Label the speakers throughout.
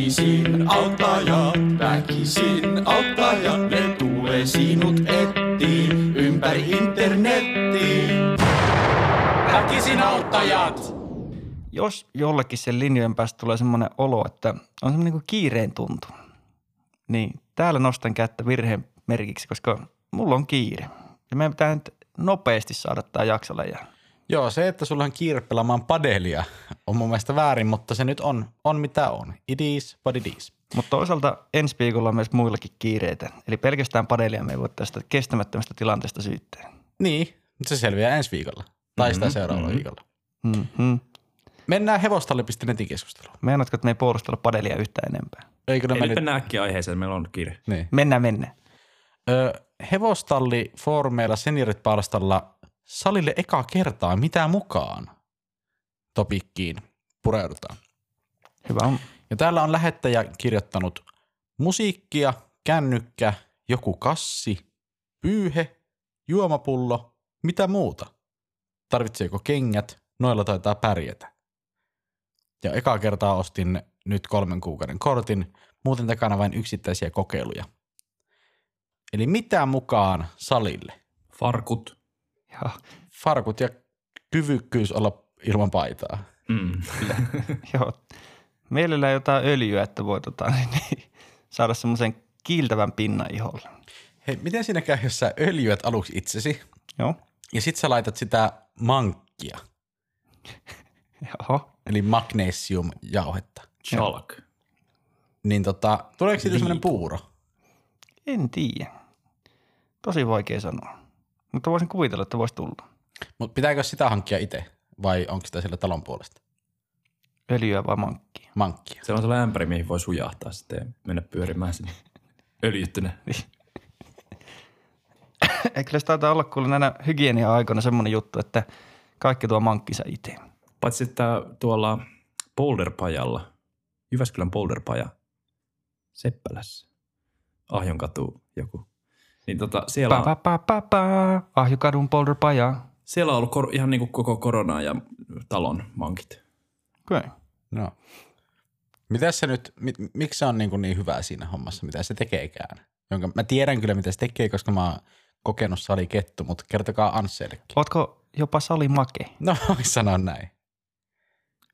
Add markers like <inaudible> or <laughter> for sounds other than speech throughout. Speaker 1: Väkisin auttaja, väkisin auttaja, ne tulee sinut ettiin ympäri internettiin. Väkisin auttajat!
Speaker 2: Jos jollekin sen linjojen päästä tulee semmoinen olo, että on semmoinen kuin kiireen tuntu, niin täällä nostan kättä virheen merkiksi, koska mulla on kiire. Ja meidän pitää nyt nopeasti saada tämä jakso läjään.
Speaker 3: Joo, se, että sulla on kiire pelaamaan padelia on mun mielestä väärin, mutta se nyt on, on mitä on. It is what it is.
Speaker 2: Mutta toisaalta ensi viikolla on myös muillakin kiireitä. Eli pelkästään padelia me ei voi tästä kestämättömästä tilanteesta syyttää.
Speaker 3: Niin, se selviää ensi viikolla. Tai sitä seuraavalla viikolla.
Speaker 2: Mm-hmm.
Speaker 3: Mennään hevostalli.netin keskusteluun.
Speaker 2: Meinaatko, että me ei puolustella padelia yhtään enempää?
Speaker 3: Eikö
Speaker 4: Ei
Speaker 3: nämä
Speaker 4: nyt
Speaker 3: nyt?
Speaker 4: mennä äkkiä aiheeseen, meillä on kiire.
Speaker 3: Niin.
Speaker 2: Mennään, mennään.
Speaker 3: Ö, hevostalli foorumeilla seniorit palstalla salille eka kertaa mitä mukaan topikkiin pureudutaan.
Speaker 2: Hyvä on.
Speaker 3: Ja täällä on lähettäjä kirjoittanut musiikkia, kännykkä, joku kassi, pyyhe, juomapullo, mitä muuta. Tarvitseeko kengät? Noilla taitaa pärjätä. Ja ekaa kertaa ostin nyt kolmen kuukauden kortin, muuten takana vain yksittäisiä kokeiluja. Eli mitä mukaan salille?
Speaker 4: Farkut.
Speaker 2: Ja,
Speaker 3: Farkut ja kyvykkyys olla ilman paitaa.
Speaker 4: Mm.
Speaker 2: joo. Mielellään jotain öljyä, että voi tota, <laughs> niin, saada semmoisen kiiltävän pinnan iholle.
Speaker 3: Hei, miten siinä käy, jos sä öljyät aluksi itsesi
Speaker 2: Joo.
Speaker 3: Ja sit sä laitat sitä mankkia,
Speaker 2: Joo.
Speaker 3: eli magnesiumjauhetta.
Speaker 4: Chalk.
Speaker 3: Niin tota, tuleeko siitä semmoinen puuro?
Speaker 2: En tiedä. Tosi vaikea sanoa. Mutta voisin kuvitella, että voisi tulla.
Speaker 3: Mutta pitääkö sitä hankkia itse? Vai onko sitä sillä talon puolesta?
Speaker 2: Öljyä vai mankkia.
Speaker 3: Mankkia.
Speaker 4: Se on sellainen ämpäri, mihin voi sujahtaa sitten ja mennä pyörimään sinne <laughs> öljyttynä.
Speaker 2: <laughs> Eikö se taitaa olla kuule näinä hygienia-aikoina semmoinen juttu, että kaikki tuo mankkinsa itse.
Speaker 4: Paitsi että tuolla Boulderpajalla, Jyväskylän Boulderpaja, Seppälässä, Ahjonkatu joku. Niin tota, siellä,
Speaker 2: Pa,
Speaker 4: on,
Speaker 2: pa, pa, pa, pa. Ahjukadun polderpaja.
Speaker 4: siellä on ollut kor- ihan niin kuin koko koronaa ja talon mankit.
Speaker 2: Kyllä.
Speaker 3: No. Mitä se nyt, mi, miksi se on niin, kuin niin hyvää siinä hommassa? Mitä se tekeekään? Jonka, mä tiedän kyllä, mitä se tekee, koska mä oon kokenut salikettu, mutta kertokaa Anssellekin.
Speaker 2: Ootko jopa salimake?
Speaker 3: No, <laughs> sano näin.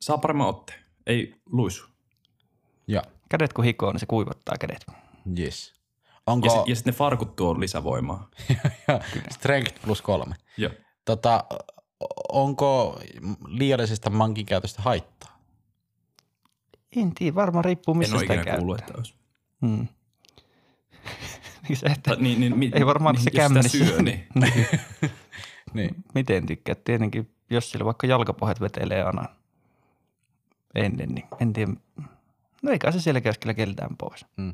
Speaker 4: Saa paremman otteen. Ei luisu.
Speaker 3: Joo,
Speaker 2: Kädet kun hikoo, niin se kuivattaa kädet.
Speaker 3: yes.
Speaker 4: Ja,
Speaker 3: Onko
Speaker 4: sit, ja sitten ne farkut tuo lisävoimaa.
Speaker 3: <laughs> strength plus kolme?
Speaker 4: Joo.
Speaker 3: Tota, o- onko liiallisesta mankin käytöstä haittaa?
Speaker 2: En tiedä, varmaan riippuu
Speaker 4: En
Speaker 2: missä
Speaker 4: ole
Speaker 2: sitä
Speaker 4: ikinä
Speaker 2: käyttää.
Speaker 4: kuullut, että olisi.
Speaker 2: Mm. <laughs> Niin se, että
Speaker 4: Tai, niin, niin, mi-
Speaker 2: Ei varmaan
Speaker 4: niin,
Speaker 2: tässä
Speaker 4: jos sitä
Speaker 2: kämmenessä.
Speaker 4: syö, niin
Speaker 3: Niin.
Speaker 2: miten tykkää. Tietenkin, jos sillä vaikka jalkapohjat vetelee aina ennen, niin en tiedä. No eikä se siellä keskellä keltään pois.
Speaker 3: Mm.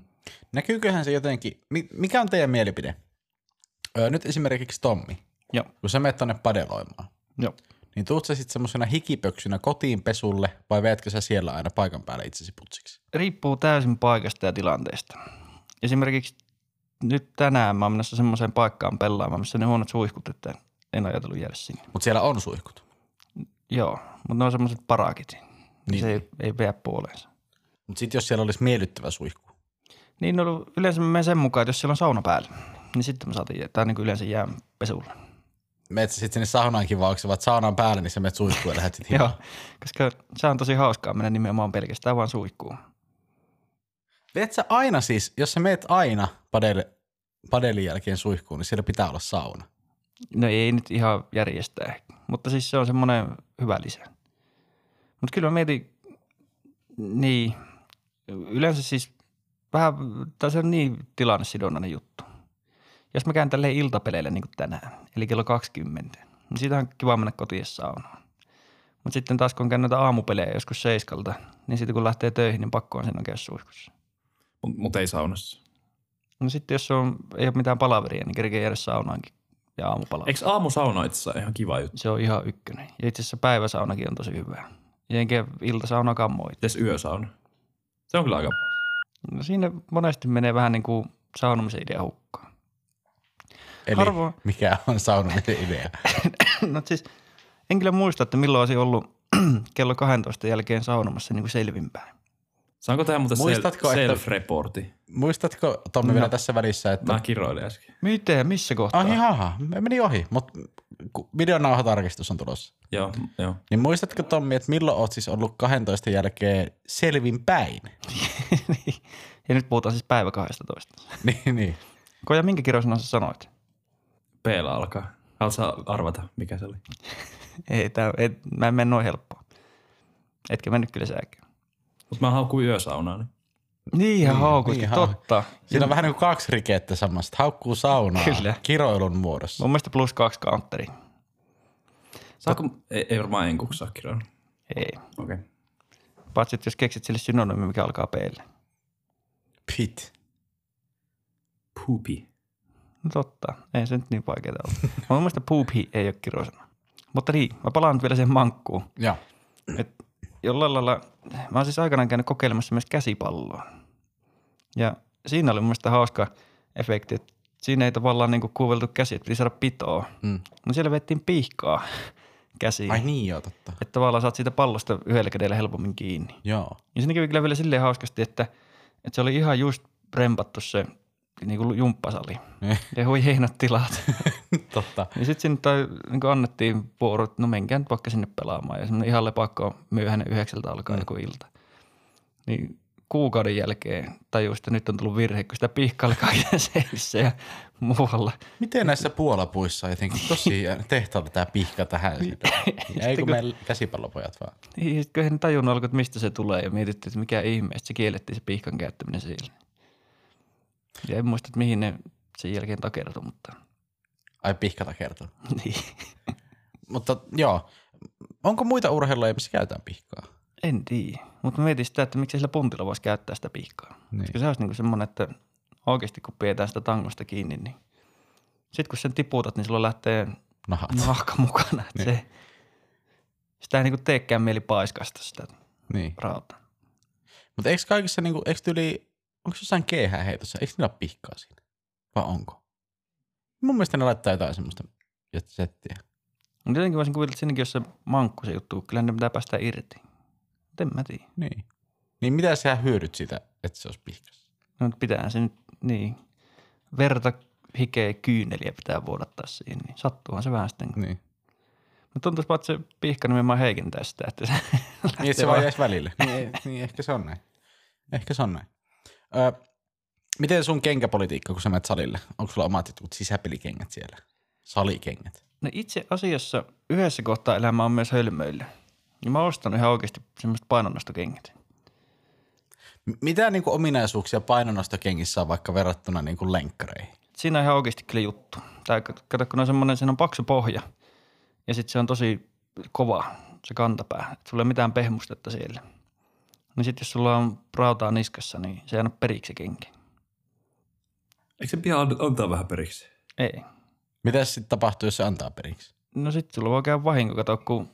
Speaker 3: Näkyyköhän se jotenkin, mi- mikä on teidän mielipide? Öö, nyt esimerkiksi Tommi,
Speaker 2: Joo.
Speaker 3: kun sä menet tonne padeloimaan,
Speaker 2: Joo.
Speaker 3: niin tuut sä sitten semmoisena hikipöksynä kotiin pesulle vai veetkö sä siellä aina paikan päälle itsesi putsiksi?
Speaker 2: Riippuu täysin paikasta ja tilanteesta. Esimerkiksi nyt tänään mä oon menossa semmoiseen paikkaan pelaamaan, missä ne huonot suihkut, että en ajatellut jäädä sinne.
Speaker 3: Mutta siellä on suihkut.
Speaker 2: Joo, mutta ne on semmoiset parakit. Niin.
Speaker 3: Niin.
Speaker 2: Se ei, ei pidä puoleensa.
Speaker 3: Mutta sitten jos siellä olisi miellyttävä suihku,
Speaker 2: Niin no, yleensä mä menen sen mukaan, että jos siellä on sauna päällä, niin sitten me saatiin jättää niin yleensä jään pesulle.
Speaker 3: meet sä sitten sinne saunaankin vai onko sä vaan saunan päälle, niin sä menet suihkuun ja lähdet
Speaker 2: <laughs>
Speaker 3: sitten
Speaker 2: Joo, koska se on tosi hauskaa mennä nimenomaan pelkästään vaan suihkuun.
Speaker 3: Veet sä aina siis, jos sä meet aina padel, padelin jälkeen suihkuun, niin siellä pitää olla sauna.
Speaker 2: No ei nyt ihan järjestää, mutta siis se on semmoinen hyvä lisä. Mutta kyllä mä mietin, niin yleensä siis vähän, tai se on niin tilannesidonnainen juttu. Jos mä käyn tälleen iltapeleille niin kuin tänään, eli kello 20, niin siitä on kiva mennä kotiin saunaan. Mutta sitten taas kun käyn noita aamupelejä joskus seiskalta, niin sitten kun lähtee töihin, niin pakko on sinun käydä suihkussa.
Speaker 4: mutta mut ei saunassa.
Speaker 2: No sitten jos on, ei ole mitään palaveria, niin kerkee jäädä saunaankin ja aamupalaveri.
Speaker 4: Eikö aamusauna itse asiassa ihan kiva juttu?
Speaker 2: Se on ihan ykkönen. Ja itse asiassa päiväsaunakin on tosi hyvä. Ja enkä iltasaunakaan moita.
Speaker 4: Mites yösauna? Se on kyllä aika...
Speaker 2: No siinä monesti menee vähän niin kuin saunomisen idea hukkaan. <clears throat>
Speaker 3: Eli
Speaker 2: Harvoin.
Speaker 3: mikä on saunamisen idea?
Speaker 2: no siis <clears throat> en kyllä muista, että milloin olisin ollut kello 12 jälkeen saunomassa niin kuin selvinpäin.
Speaker 4: Saanko tähän muuten
Speaker 3: Muistatko,
Speaker 4: sel-
Speaker 3: että-
Speaker 4: self-reporti?
Speaker 3: Muistatko, Tommi,
Speaker 2: No.
Speaker 3: vielä tässä välissä, että...
Speaker 4: Mä kiroilin äsken.
Speaker 2: Miten? Missä kohtaa?
Speaker 3: Ah, jaha, meni ohi, mutta videonauhatarkistus on tulossa.
Speaker 4: Joo, joo.
Speaker 3: Niin muistatko, Tommi, että milloin oot siis ollut 12 jälkeen selvin päin?
Speaker 2: <laughs> Niin. ja nyt puhutaan siis päivä 12.
Speaker 3: <laughs> niin, niin.
Speaker 2: Koja, minkä kirjoisanan sä sanoit?
Speaker 4: p alkaa. Haluatko sä arvata, mikä se oli?
Speaker 2: Ei, tää, et, mä en mene noin helppoa. Etkä mennyt kyllä säkään.
Speaker 4: Mutta mä haukuin yösaunaa, niin
Speaker 2: Niin, niin haukutkin,
Speaker 3: niin
Speaker 2: niin,
Speaker 3: hau-
Speaker 2: totta.
Speaker 3: Siinä on vähän niin kuin kaksi rikettä samasta. Haukkuu saunaa
Speaker 2: Kyllä.
Speaker 3: kiroilun muodossa.
Speaker 2: Mun mielestä plus kaksi counteri.
Speaker 4: Saako, ei, ei varmaan enkuksi saa kiroilla.
Speaker 2: Ei.
Speaker 4: Okei. Okay.
Speaker 2: Paitsi, että jos keksit sille synonyymi, mikä alkaa peille.
Speaker 3: Pit.
Speaker 4: Poopy.
Speaker 2: No totta, ei se nyt niin vaikeaa ole. Mutta Mun mielestä poopy ei ole kirosana. Mutta niin, mä palaan nyt vielä sen mankkuun.
Speaker 3: Joo.
Speaker 2: Jollain lailla, mä oon siis aikanaan käynyt kokeilemassa myös käsipalloa. Ja siinä oli mun mielestä hauska efekti, että siinä ei tavallaan niinku kuuveltu käsiä, että piti saada pitoa.
Speaker 3: Mm.
Speaker 2: No siellä vettiin pihkaa <laughs> käsiin.
Speaker 3: Ai niin, joo, totta.
Speaker 2: Että tavallaan saat siitä pallosta yhdellä kädellä helpommin kiinni.
Speaker 3: Joo.
Speaker 2: Ja siinä kävi Niin kyllä vielä silleen hauskasti, että, että se oli ihan just rempattu se niin kuin jumppasali.
Speaker 3: Eh.
Speaker 2: ja hui hienot tilat. <laughs>
Speaker 3: Totta.
Speaker 2: ja sitten sinne tai, niin kuin annettiin vuorot, että no menkää nyt vaikka sinne pelaamaan. Ja semmoinen ihan lepakko myöhäinen yhdeksältä alkaa
Speaker 3: Mm.
Speaker 2: joku ilta. Niin kuukauden jälkeen tajusin, että nyt on tullut virhe, kun sitä pihka alkaa <laughs> seinissä ja muualla.
Speaker 3: Miten näissä puolapuissa jotenkin tosi <laughs> tehtaalta tämä pihka tähän? siitä? Ei Niin. kun
Speaker 2: kun-
Speaker 3: meillä käsipallopojat vaan.
Speaker 2: Niin, sit kun eihän ne tajunnut alkoi, että mistä se tulee ja mietittiin, että mikä ihme, että se kiellettiin se pihkan käyttäminen siellä. Ja en muista, että mihin ne sen jälkeen takertui, mutta
Speaker 3: Ai pihkata kertoo.
Speaker 2: <laughs> niin.
Speaker 3: Mutta joo, onko muita urheilulajeja, missä käytetään pihkaa?
Speaker 2: en tiedä. Mutta mä mietin sitä, että miksi sillä puntilla voisi käyttää sitä pihkaa.
Speaker 3: Niin.
Speaker 2: Niin. Koska se olisi niinku semmoinen, että oikeasti kun pidetään sitä tangosta kiinni, niin sitten kun sen tiputat, niin silloin lähtee
Speaker 3: Nahat.
Speaker 2: nahka mukana. Että
Speaker 3: Niin.
Speaker 2: se, sitä ei niinku teekään mieli paiskasta sitä
Speaker 3: Niin.
Speaker 2: rautaa.
Speaker 3: Mutta eikö kaikissa, niinku, eikö tyyli, onko jossain keihään heitossa, eikö niillä ole pihkaa siinä? Vai onko? Mun mielestä ne laittaa jotain semmoista jot- settiä.
Speaker 2: Mutta jotenkin voisin kuvitella, että siinäkin jos se mankku se juttu, kyllä ne pitää päästä irti. Mut en mä tiedä.
Speaker 3: Niin. Niin mitä sä hyödyt siitä, että se olisi pihkas?
Speaker 2: No nyt pitää se nyt, niin. Verta, hikeä, kyyneliä pitää vuodattaa siihen, niin sattuuhan se vähän sitten. Niin.
Speaker 3: Niin.
Speaker 2: Mutta tuntuisipa, No että se pihka nimenomaan heikentää sitä, että se <laughs>
Speaker 3: Niin, että se
Speaker 2: lähtee
Speaker 3: vaan
Speaker 2: vaan-
Speaker 3: jäisi välille. <laughs> Niin, ei- niin, ehkä se on näin. Ehkä se on näin. Öö, miten sun kenkäpolitiikka, kun sä menet salille? Onko sulla omat jotkut sisäpelikengät siellä? Salikengät.
Speaker 2: No itse asiassa yhdessä kohtaa elämä on myös hölmöillä. Ja mä ostan ihan oikeasti semmoiset painonnostokengät.
Speaker 3: M- mitä niin kuin, ominaisuuksia painonnostokengissä on vaikka verrattuna niin kuin lenkkareihin?
Speaker 2: Siinä on ihan oikeasti kyllä juttu. Tai kat- kato, kun on semmoinen, siinä on paksu pohja ja sitten se on tosi kova se kantapää. Et sulla ei ole mitään pehmustetta siellä. Niin sitten jos sulla on rautaa niskassa, niin se ei anna periksi se kenki.
Speaker 4: Eikö se pian an- antaa vähän periksi?
Speaker 2: Ei.
Speaker 3: Mitä sitten tapahtuu, jos se antaa periksi?
Speaker 2: No sitten sulla voi käydä vahinko, kato, kun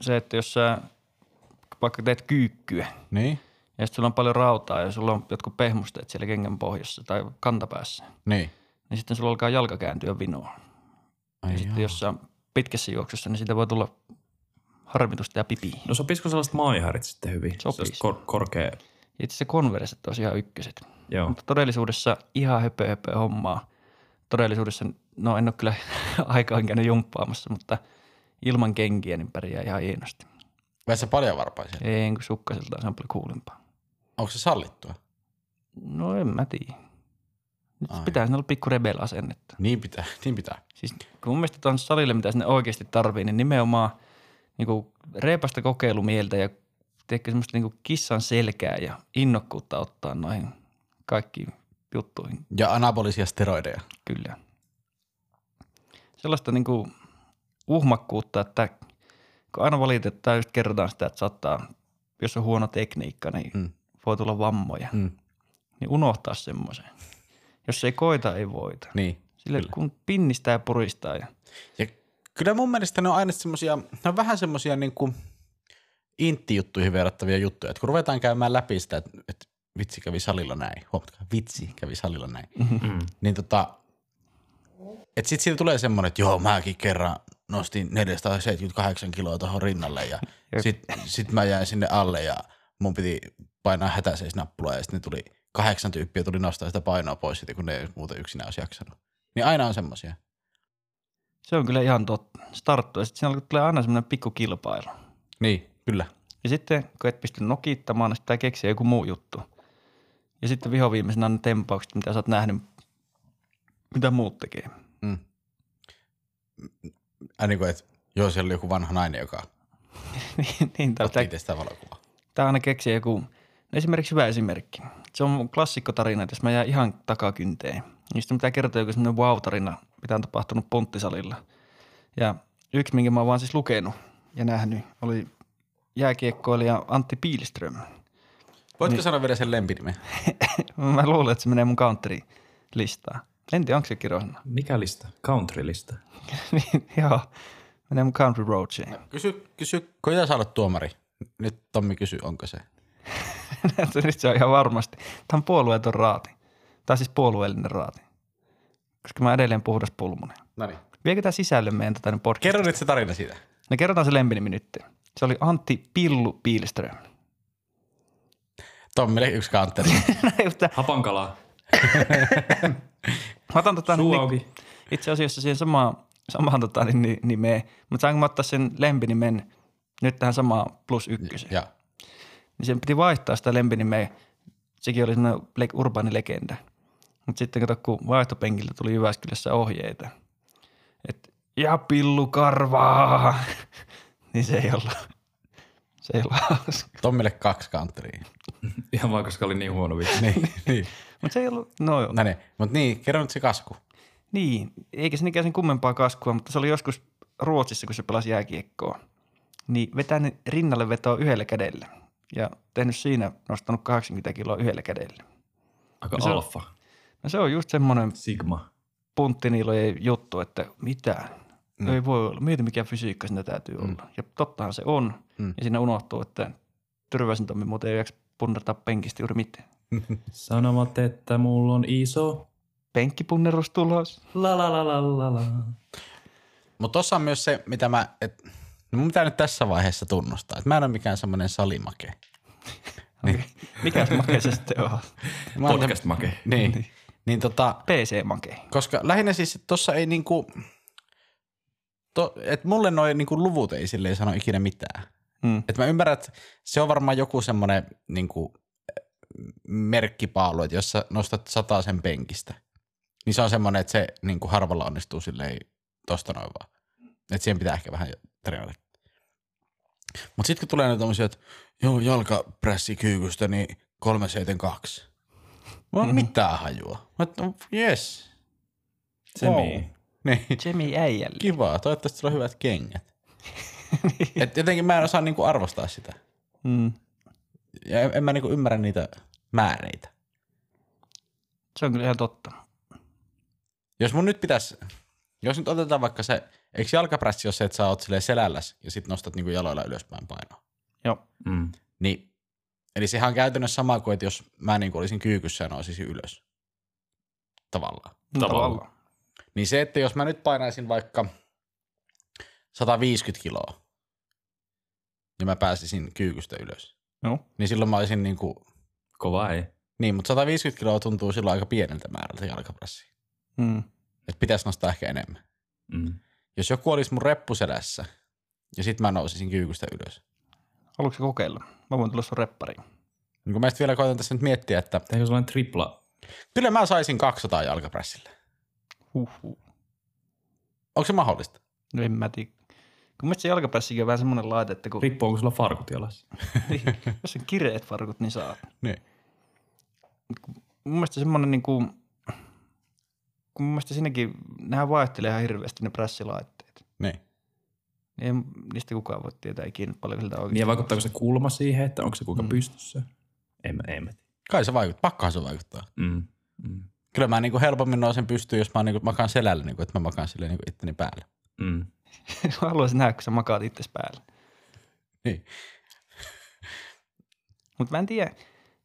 Speaker 2: se, että jos sä vaikka teet kyykkyä
Speaker 3: Niin?
Speaker 2: ja sitten sulla on paljon rautaa ja sulla on jotkut pehmusteet siellä kengän pohjassa tai kantapäässä,
Speaker 3: Niin.
Speaker 2: niin sitten sulla alkaa jalka kääntyä vinoon.
Speaker 3: Ai
Speaker 2: Ja sitten jos sä on pitkässä juoksussa, niin siitä voi tulla harmitusta ja pipi.
Speaker 4: No sopisiko sellaiset maiharit sitten hyvin?
Speaker 2: Sopisi.
Speaker 4: Sellaiset Kor- korkea.
Speaker 2: Itse se konverset olisi ihan ykköset.
Speaker 4: Joo.
Speaker 2: Mutta todellisuudessa ihan höpö, höpö hommaa. Todellisuudessa, no en ole kyllä <laughs> aikaan käynyt jumppaamassa, mutta ilman kenkiä niin pärjää ihan hienosti.
Speaker 3: Vai se paljon varpaisia?
Speaker 2: Ei en kun sukkasiltaan, se on paljon kuulimpaa.
Speaker 3: Onko se sallittua?
Speaker 2: No en mä tiedä. Nyt
Speaker 3: Ai.
Speaker 2: pitää siinä olla pikku rebel-asennetta.
Speaker 3: Niin pitää, <laughs> niin pitää.
Speaker 2: Siis kun mun mielestä tuon salille, mitä sinne oikeasti tarvii, niin nimenomaan niin kuin reipasta kokeilumieltä ja tiedätkö, semmoista niin kuin kissan selkää ja innokkuutta ottaa noihin kaikkiin juttuihin,
Speaker 3: Ja anabolisia steroideja.
Speaker 2: kyllä. Sellaista niin kuin uhmakkuutta, että kun aina valitetaan, just kerrotaan sitä, että saattaa, jos on huono tekniikka, niin
Speaker 3: Mm.
Speaker 2: mm. voi tulla vammoja,
Speaker 3: Mm.
Speaker 2: niin unohtaa semmoisen. Jos ei koita, ei voita.
Speaker 3: Niin.
Speaker 2: Sillä
Speaker 3: Kyllä.
Speaker 2: kun pinnistää ja puristaa ja
Speaker 3: Ja kyllä mun mielestä ne on aina semmosia, ne on vähän semmosia niinku intti-juttuihin verrattavia juttuja. Että kun ruvetaan käymään läpi sitä, että, että vitsi kävi salilla näin, huomatkaa, vitsi kävi salilla näin,
Speaker 4: Mm.
Speaker 3: niin tota, että sit siitä tulee semmoinen, että joo, mäkin kerran nostin 478 kiloa tuohon rinnalle ja
Speaker 2: Jep.
Speaker 3: sit, sit mä jäin sinne alle ja mun piti painaa hätäseisnappulaa ja sitten ne tuli kahdeksan tyyppiä tuli nostaa sitä painoa pois siitä, kun ne ei muuten yksinään olisi jaksanut. Niin aina on semmoisia.
Speaker 2: Se on kyllä ihan totta. Starttu. Ja sitten siinä tulee aina semmoinen pikku kilpailu.
Speaker 3: Niin, kyllä.
Speaker 2: Ja sitten kun et pysty nokittamaan, niin sitten pitää keksiä joku muu juttu. Ja sitten vihoviimeisenä on ne tempaukset, mitä sä oot nähnyt, mitä muut tekee. <laughs>
Speaker 3: Mm. Äh, niin kuin, että joo, siellä oli joku vanha nainen, joka
Speaker 2: niin, niin tää
Speaker 3: otti
Speaker 2: pitää,
Speaker 3: itse sitä valokuvaa.
Speaker 2: pitää aina keksiä joku, no esimerkiksi hyvä esimerkki. Se on mun klassikkotarina, että jos mä jään ihan takakynteen, niin sitten pitää kertoa joku semmoinen wow-tarina, mitä on tapahtunut ponttisalilla. Ja yksi, minkä mä oon vaan siis lukenut ja nähnyt, oli jääkiekkoilija Antti Piilström.
Speaker 3: Voitko niin. sanoa vielä sen lempinimen?
Speaker 2: <laughs> Mä luulen, että se menee mun country-listaan. En tiedä, onko se kirjoisena.
Speaker 4: Mikä lista? Country-lista.
Speaker 2: <laughs> Niin, Joo, menee mun country roadsiin.
Speaker 3: Kysy, kysy, koita saada tuomari. Nyt Tommi kysyy, onko se.
Speaker 2: <laughs> Nyt se on ihan varmasti. Tämä on puolueeton raati. Tai siis puolueellinen raati. Koska mä edelleen puhdas pulmunen.
Speaker 3: No niin.
Speaker 2: Viekö tämä sisälle meidän tätä nyt podcastia?
Speaker 3: Kerro nyt se tarina siitä.
Speaker 2: No kerrotaan se lempinimi nyt. Se oli Antti Pillu Piilström. <laughs>
Speaker 3: Tommille yksi kanteri. <laughs>
Speaker 4: Hapankala.
Speaker 2: Mä otan tota,
Speaker 4: Suu
Speaker 2: niin,
Speaker 4: auki.
Speaker 2: itse asiassa siihen samaan, samaan tota, niin, niin, nimeen. Mutta saanko mä ottaa sen lempinimen nyt tähän samaan plus ykköseen?
Speaker 3: ja
Speaker 2: niin sen piti vaihtaa sitä lempinimeä. Sekin oli semmoinen le- urbaani legenda. Mutta sitten kato, kun vaihtopenkiltä tuli Jyväskylässä ohjeita, että ja pillu karvaa, <laughs> niin se ei olla, se ei olla hauska.
Speaker 3: Tommille kaksi kanteria.
Speaker 4: Ihan vaan, koska oli niin huono vitsi.
Speaker 3: <laughs> niin, niin.
Speaker 2: Mutta se ei ollut, no joo.
Speaker 3: No niin. Mutta niin, kerro nyt se kasku. <laughs>
Speaker 2: Niin, eikä se niinkään sen kummempaa kaskua, mutta se oli joskus Ruotsissa, kun se pelasi jääkiekkoa. Niin vetänyt rinnalle vetoa yhdellä kädellä ja tehnyt siinä, nostanut 80 kiloa yhdellä kädellä.
Speaker 4: Aika
Speaker 2: Se on-
Speaker 4: alfa.
Speaker 2: No se on just semmoinen
Speaker 4: Sigma.
Speaker 2: punttiniilojen juttu, että mitä, mm. ei voi olla, mieti mikä fysiikka siinä täytyy mm. olla. Ja tottahan se on,
Speaker 3: Mm.
Speaker 2: mm. ja siinä unohtuu, että Tyrväisen Tommi muuten ei jaksa punnertaa penkistä juuri mitään.
Speaker 4: Sanomat, että mulla on iso.
Speaker 2: Penkkipunnerus tulos.
Speaker 4: La la la la la la.
Speaker 3: Mutta tossa on myös se, mitä mä, et, no mun pitää nyt tässä vaiheessa tunnustaa, että mä en ole mikään semmoinen salimake.
Speaker 2: Okay. Mikä se make se sitten on?
Speaker 3: Mä oon
Speaker 4: Podcast make.
Speaker 3: <laughs> Niin. Niin tota,
Speaker 2: PC-make.
Speaker 3: koska lähinnä siis että tossa ei niinku, to, et mulle noi niinku luvut ei silleen sano ikinä mitään.
Speaker 2: Mm.
Speaker 3: Et mä ymmärrän, että se on varmaan joku semmoinen niinku, äh, merkkipaalu, että jos sä nostat sataa sen penkistä, niin se on semmoinen, että se niinku harvalla onnistuu silleen tosta noin vaan. Että siihen pitää ehkä vähän treenata. Mutta sitten kun tulee näitä tommosia, että joo, jalkaprässi kyykystä, niin 372. Mulla on mm. mitään hajua. Mä et, no, yes.
Speaker 4: Se
Speaker 3: Wow.
Speaker 4: niin.
Speaker 3: Niin.
Speaker 2: Jimmy äijälle.
Speaker 3: Kivaa. Toivottavasti sulla on hyvät kengät. Et jotenkin mä en osaa niinku arvostaa sitä.
Speaker 2: Mm.
Speaker 3: Ja en, en mä niinku ymmärrä niitä määreitä.
Speaker 2: Se on kyllä ihan totta.
Speaker 3: Jos mun nyt pitäisi, jos nyt otetaan vaikka se, eikö jalkaprässi ole se, että sä oot silleen selälläs ja sit nostat niinku jaloilla ylöspäin painoa?
Speaker 2: Joo.
Speaker 4: Mm.
Speaker 3: Niin. Eli sehän on käytännössä sama kuin, että jos mä niinku olisin kyykyssä ja nousisin ylös. Tavallaan.
Speaker 4: Tavallaan.
Speaker 3: Niin se, että jos mä nyt painaisin vaikka 150 kiloa ja mä pääsisin kyykystä ylös,
Speaker 2: Joo.
Speaker 3: niin silloin mä olisin niinku,
Speaker 4: Kova ei.
Speaker 3: niin, mutta 150 kiloa tuntuu silloin aika pieneltä määrältä jalkaprassiin.
Speaker 2: Mm.
Speaker 3: Että pitäisi nostaa ehkä enemmän.
Speaker 4: Mm.
Speaker 3: Jos joku olisi mun reppuselässä ja sit mä nousisin kyykystä ylös.
Speaker 2: Haluatko sä kokeilla? Mä voin tulla sun reppariin.
Speaker 3: Niin kun mä sit vielä koitan tässä nyt miettiä, että
Speaker 4: Tehdäänkö sellainen tripla?
Speaker 3: kyllä mä saisin 200 jalkaprassilla.
Speaker 2: Huhhuh.
Speaker 3: Onko se mahdollista?
Speaker 2: No en mä tiedä. Kun mielestä se jalkaprässikin on vähän semmoinen laite, että kun
Speaker 4: Riippuu, onko sulla farkut jalassa.
Speaker 2: <laughs> Niin, jos on kireet farkut, niin saat.
Speaker 3: Niin.
Speaker 2: Mun mielestä semmoinen niin kuin, kun mun mielestä siinäkin, nehän vaihtelee ihan hirveästi ne prässilaitteet.
Speaker 3: Niin.
Speaker 2: Niin Ei niistä kukaan voi tietää ikinä paljon siltä
Speaker 4: Niin
Speaker 2: oikein.
Speaker 4: ja vaikuttaako se kulma siihen, että onko se kuinka mm. pystyssä? En mä, en mä tiedä.
Speaker 3: Kai se vaikuttaa. Pakkahan se vaikuttaa.
Speaker 4: Mm. Mm.
Speaker 3: Kyllä mä niinku helpommin nousen pystyyn, jos mä niinku makaan selällä, niinku, että mä makaan silleen niinku itteni päälle.
Speaker 4: Mm.
Speaker 2: Mä <laughs> haluaisin nähdä, kun sä makaat itses päällä. <laughs>
Speaker 3: Niin.
Speaker 2: Mutta mä en tiedä,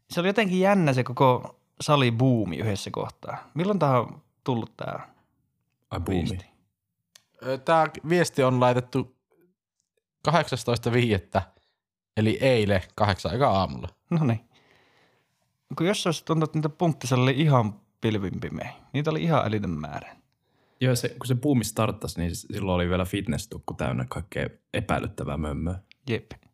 Speaker 2: se oli jotenkin jännä se koko salibuumi yhdessä kohtaa. Milloin tähän on tullut tää
Speaker 4: Ai boomi.
Speaker 2: viesti?
Speaker 3: Tämä viesti on laitettu <laughs> 18.5. eli eilen kahdeksan aikaa aamulla.
Speaker 2: No niin. kun jossain tuntuu, että niitä punktissa oli ihan pilvin pimeä. Niitä oli ihan älytön määrä.
Speaker 4: Joo, se, kun se buumi starttasi, niin s- silloin oli vielä fitness-tukku täynnä kaikkea epäilyttävää mömmöä.
Speaker 2: Jep. Niin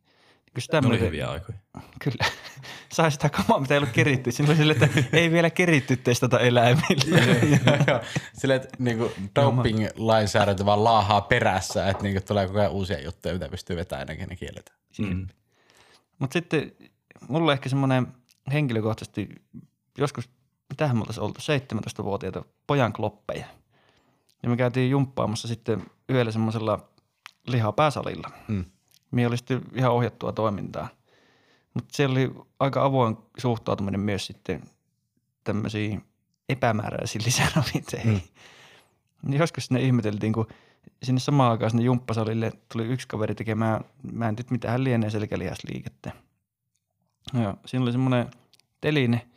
Speaker 2: Kun sitä
Speaker 4: Ne oli
Speaker 2: myöten-
Speaker 4: hyviä aikoja.
Speaker 2: Kyllä. <laughs> Sai sitä kamaa, mitä ei ollut keritty. Siinä oli sille, että ei vielä keritty testata eläimillä.
Speaker 3: Silleen, että niinku doping-lainsäädäntö vaan laahaa perässä, että niinku tulee koko ajan uusia juttuja, mitä pystyy vetämään ennen kuin ne kielletään.
Speaker 4: Mm.
Speaker 2: Mutta sitten mulla ehkä semmoinen henkilökohtaisesti joskus, mitähän me oltaisiin oltu, 17-vuotiaita pojan kloppeja. Ja me käytiin jumppaamassa sitten yhdellä semmoisella lihapääsalilla.
Speaker 3: Mm.
Speaker 2: Mie oli sitten ihan ohjattua toimintaa. Mutta siellä oli aika avoin suhtautuminen myös sitten tämmöisiin epämääräisiin <laughs> lisäravinteihin. Mm. Joskus ne ihmeteltiin, kun sinne samaan aikaan sinne jumppasalille tuli yksi kaveri tekemään, mä en tiedä mitä hän lienee selkälihasliikettä. Ja siinä oli semmoinen teline,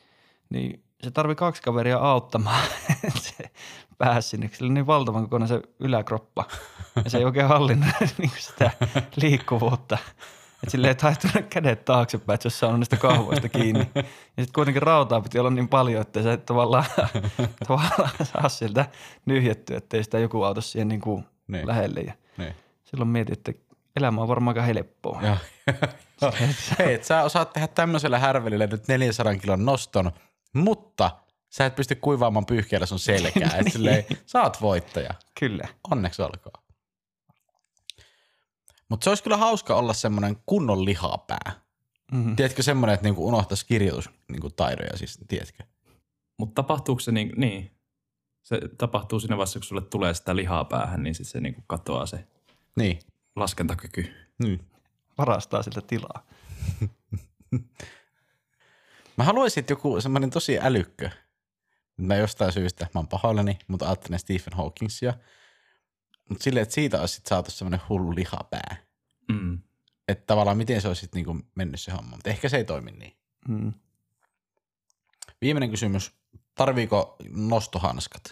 Speaker 2: niin se tarvi kaksi kaveria auttamaan, <laughs> että se pääsi sinne. kun Sillä oli niin valtavan kokoinen se yläkroppa ja se ei oikein hallinnut <laughs> niin kuin sitä liikkuvuutta. Että sille ei taittunut kädet taaksepäin, että se olisi saanut niistä kahvoista kiinni. Ja sitten kuitenkin rautaa piti olla niin paljon, että se et tavallaan, <laughs> tavallaan saa sieltä nyhjettyä, ettei sitä joku auto siihen niin kuin
Speaker 3: Niin.
Speaker 2: lähelle. Ja
Speaker 3: Niin.
Speaker 2: silloin mietin, että elämä on varmaan aika helppoa.
Speaker 3: Joo.
Speaker 2: <laughs>
Speaker 3: Hei, et sä osaat tehdä tämmöisellä härvelillä nyt 400 kilon noston, mutta sä et pysty kuivaamaan pyyhkeellä sun selkää. Et silleen, sä oot voittaja.
Speaker 2: Kyllä.
Speaker 3: Onneksi olkoon. Mutta se olisi kyllä hauska olla semmoinen kunnon lihapää.
Speaker 2: Mm-hmm.
Speaker 3: Tiedätkö semmoinen, että niinku unohtaisi kirjoitustaidoja niinku siis, tiedätkö?
Speaker 4: Mutta tapahtuuko se niin, niin, se tapahtuu siinä vaiheessa, kun sulle tulee sitä lihaa päähän, niin sitten se niin katoaa se
Speaker 3: Niin.
Speaker 4: laskentakyky.
Speaker 3: niin.
Speaker 2: Varastaa siltä tilaa.
Speaker 3: Mä haluaisin, että joku semmoinen tosi älykkö. Mä jostain syystä, mä oon pahoillani, mutta ajattelen Stephen Hawkingsia. Mutta silleen, että siitä olisi sit saatu semmoinen hullu lihapää.
Speaker 4: Mm.
Speaker 3: Että tavallaan miten se olisi sit niinku mennyt se homma. Mutta ehkä se ei toimi niin.
Speaker 2: Mm.
Speaker 3: Viimeinen kysymys. Tarviiko nostohanskat?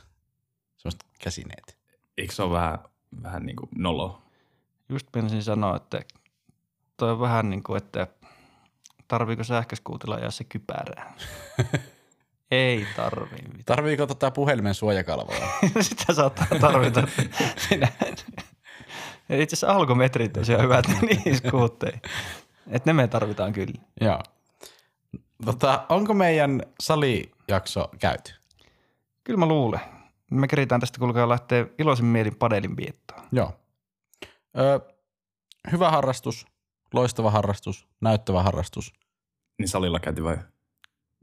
Speaker 3: Semmoiset käsineet.
Speaker 4: Eikö se ole vähän, vähän niin kuin nolo?
Speaker 2: Just menisin sanoa, että toi on vähän niin kuin, että tarviiko sähköskuutilla ajaa se
Speaker 3: <laughs>
Speaker 2: kypärää? Ei tarvii mitään. <laughs>
Speaker 3: Tarviiko tota puhelimen suojakalvoa?
Speaker 2: Sitä saattaa tarvita. Minä. Ja Itse asiassa alkumetrit on siellä hyvät <laughs> niihin skuutteihin. Et ne me tarvitaan kyllä.
Speaker 3: <laughs> Joo. Tota, onko meidän salijakso käyty?
Speaker 2: Kyllä mä luulen. Me keritään tästä kulkaa lähteä iloisen mielin padelin viettoon.
Speaker 3: Joo. Ö, hyvä harrastus, loistava harrastus, näyttävä harrastus.
Speaker 4: Niin salilla käyty vai?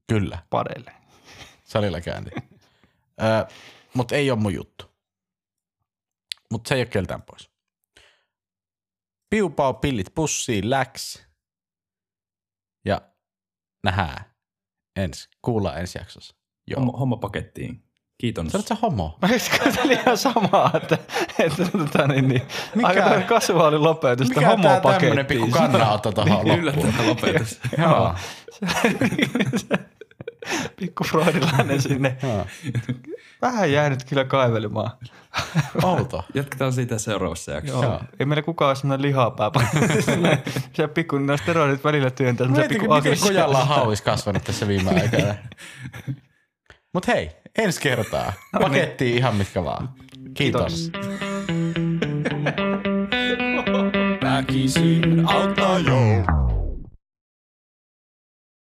Speaker 3: Kyllä,
Speaker 2: Padelle.
Speaker 3: salilla käynti. Ö, Mutta ei ole mun juttu. Mutta se ei ole keltään pois. Piupao pillit pussiin, läks. Ja nähdään ensi, kuullaan ensi jaksossa. Joo.
Speaker 4: Homma, homma pakettiin. Kiitos.
Speaker 3: Sä olet se homo.
Speaker 2: Mä just kuuntelin ihan samaa, että, että tota niin, niin.
Speaker 3: Mikä-
Speaker 2: aika tämmönen kasvaali lopetus, että
Speaker 3: Mikä tää tämmönen
Speaker 2: homopakettiin.
Speaker 3: pikku kannanotto tohon loppuun?
Speaker 4: Yllättävä lopetus.
Speaker 3: Joo.
Speaker 2: <laughs> Pikku freudilainen sinne.
Speaker 3: Joo.
Speaker 2: Vähän jäänyt kyllä kaivelemaan.
Speaker 3: Outo.
Speaker 4: <laughs> Jatketaan siitä seuraavassa jaksossa.
Speaker 2: Joo. Ei meillä kukaan ole semmoinen lihapää.
Speaker 3: <laughs>
Speaker 2: se pikku, ne steroidit välillä työntää semmoisen
Speaker 3: Mietinkö,
Speaker 2: pikku
Speaker 3: miten
Speaker 2: aggressiivisen.
Speaker 3: kojalla on hauis kasvanut tässä viime <laughs> aikoina. Mut hei, ensi kertaa. Pakettiin ihan mitkä vaan. No niin. Kiitos.
Speaker 1: Väkisin alta joo.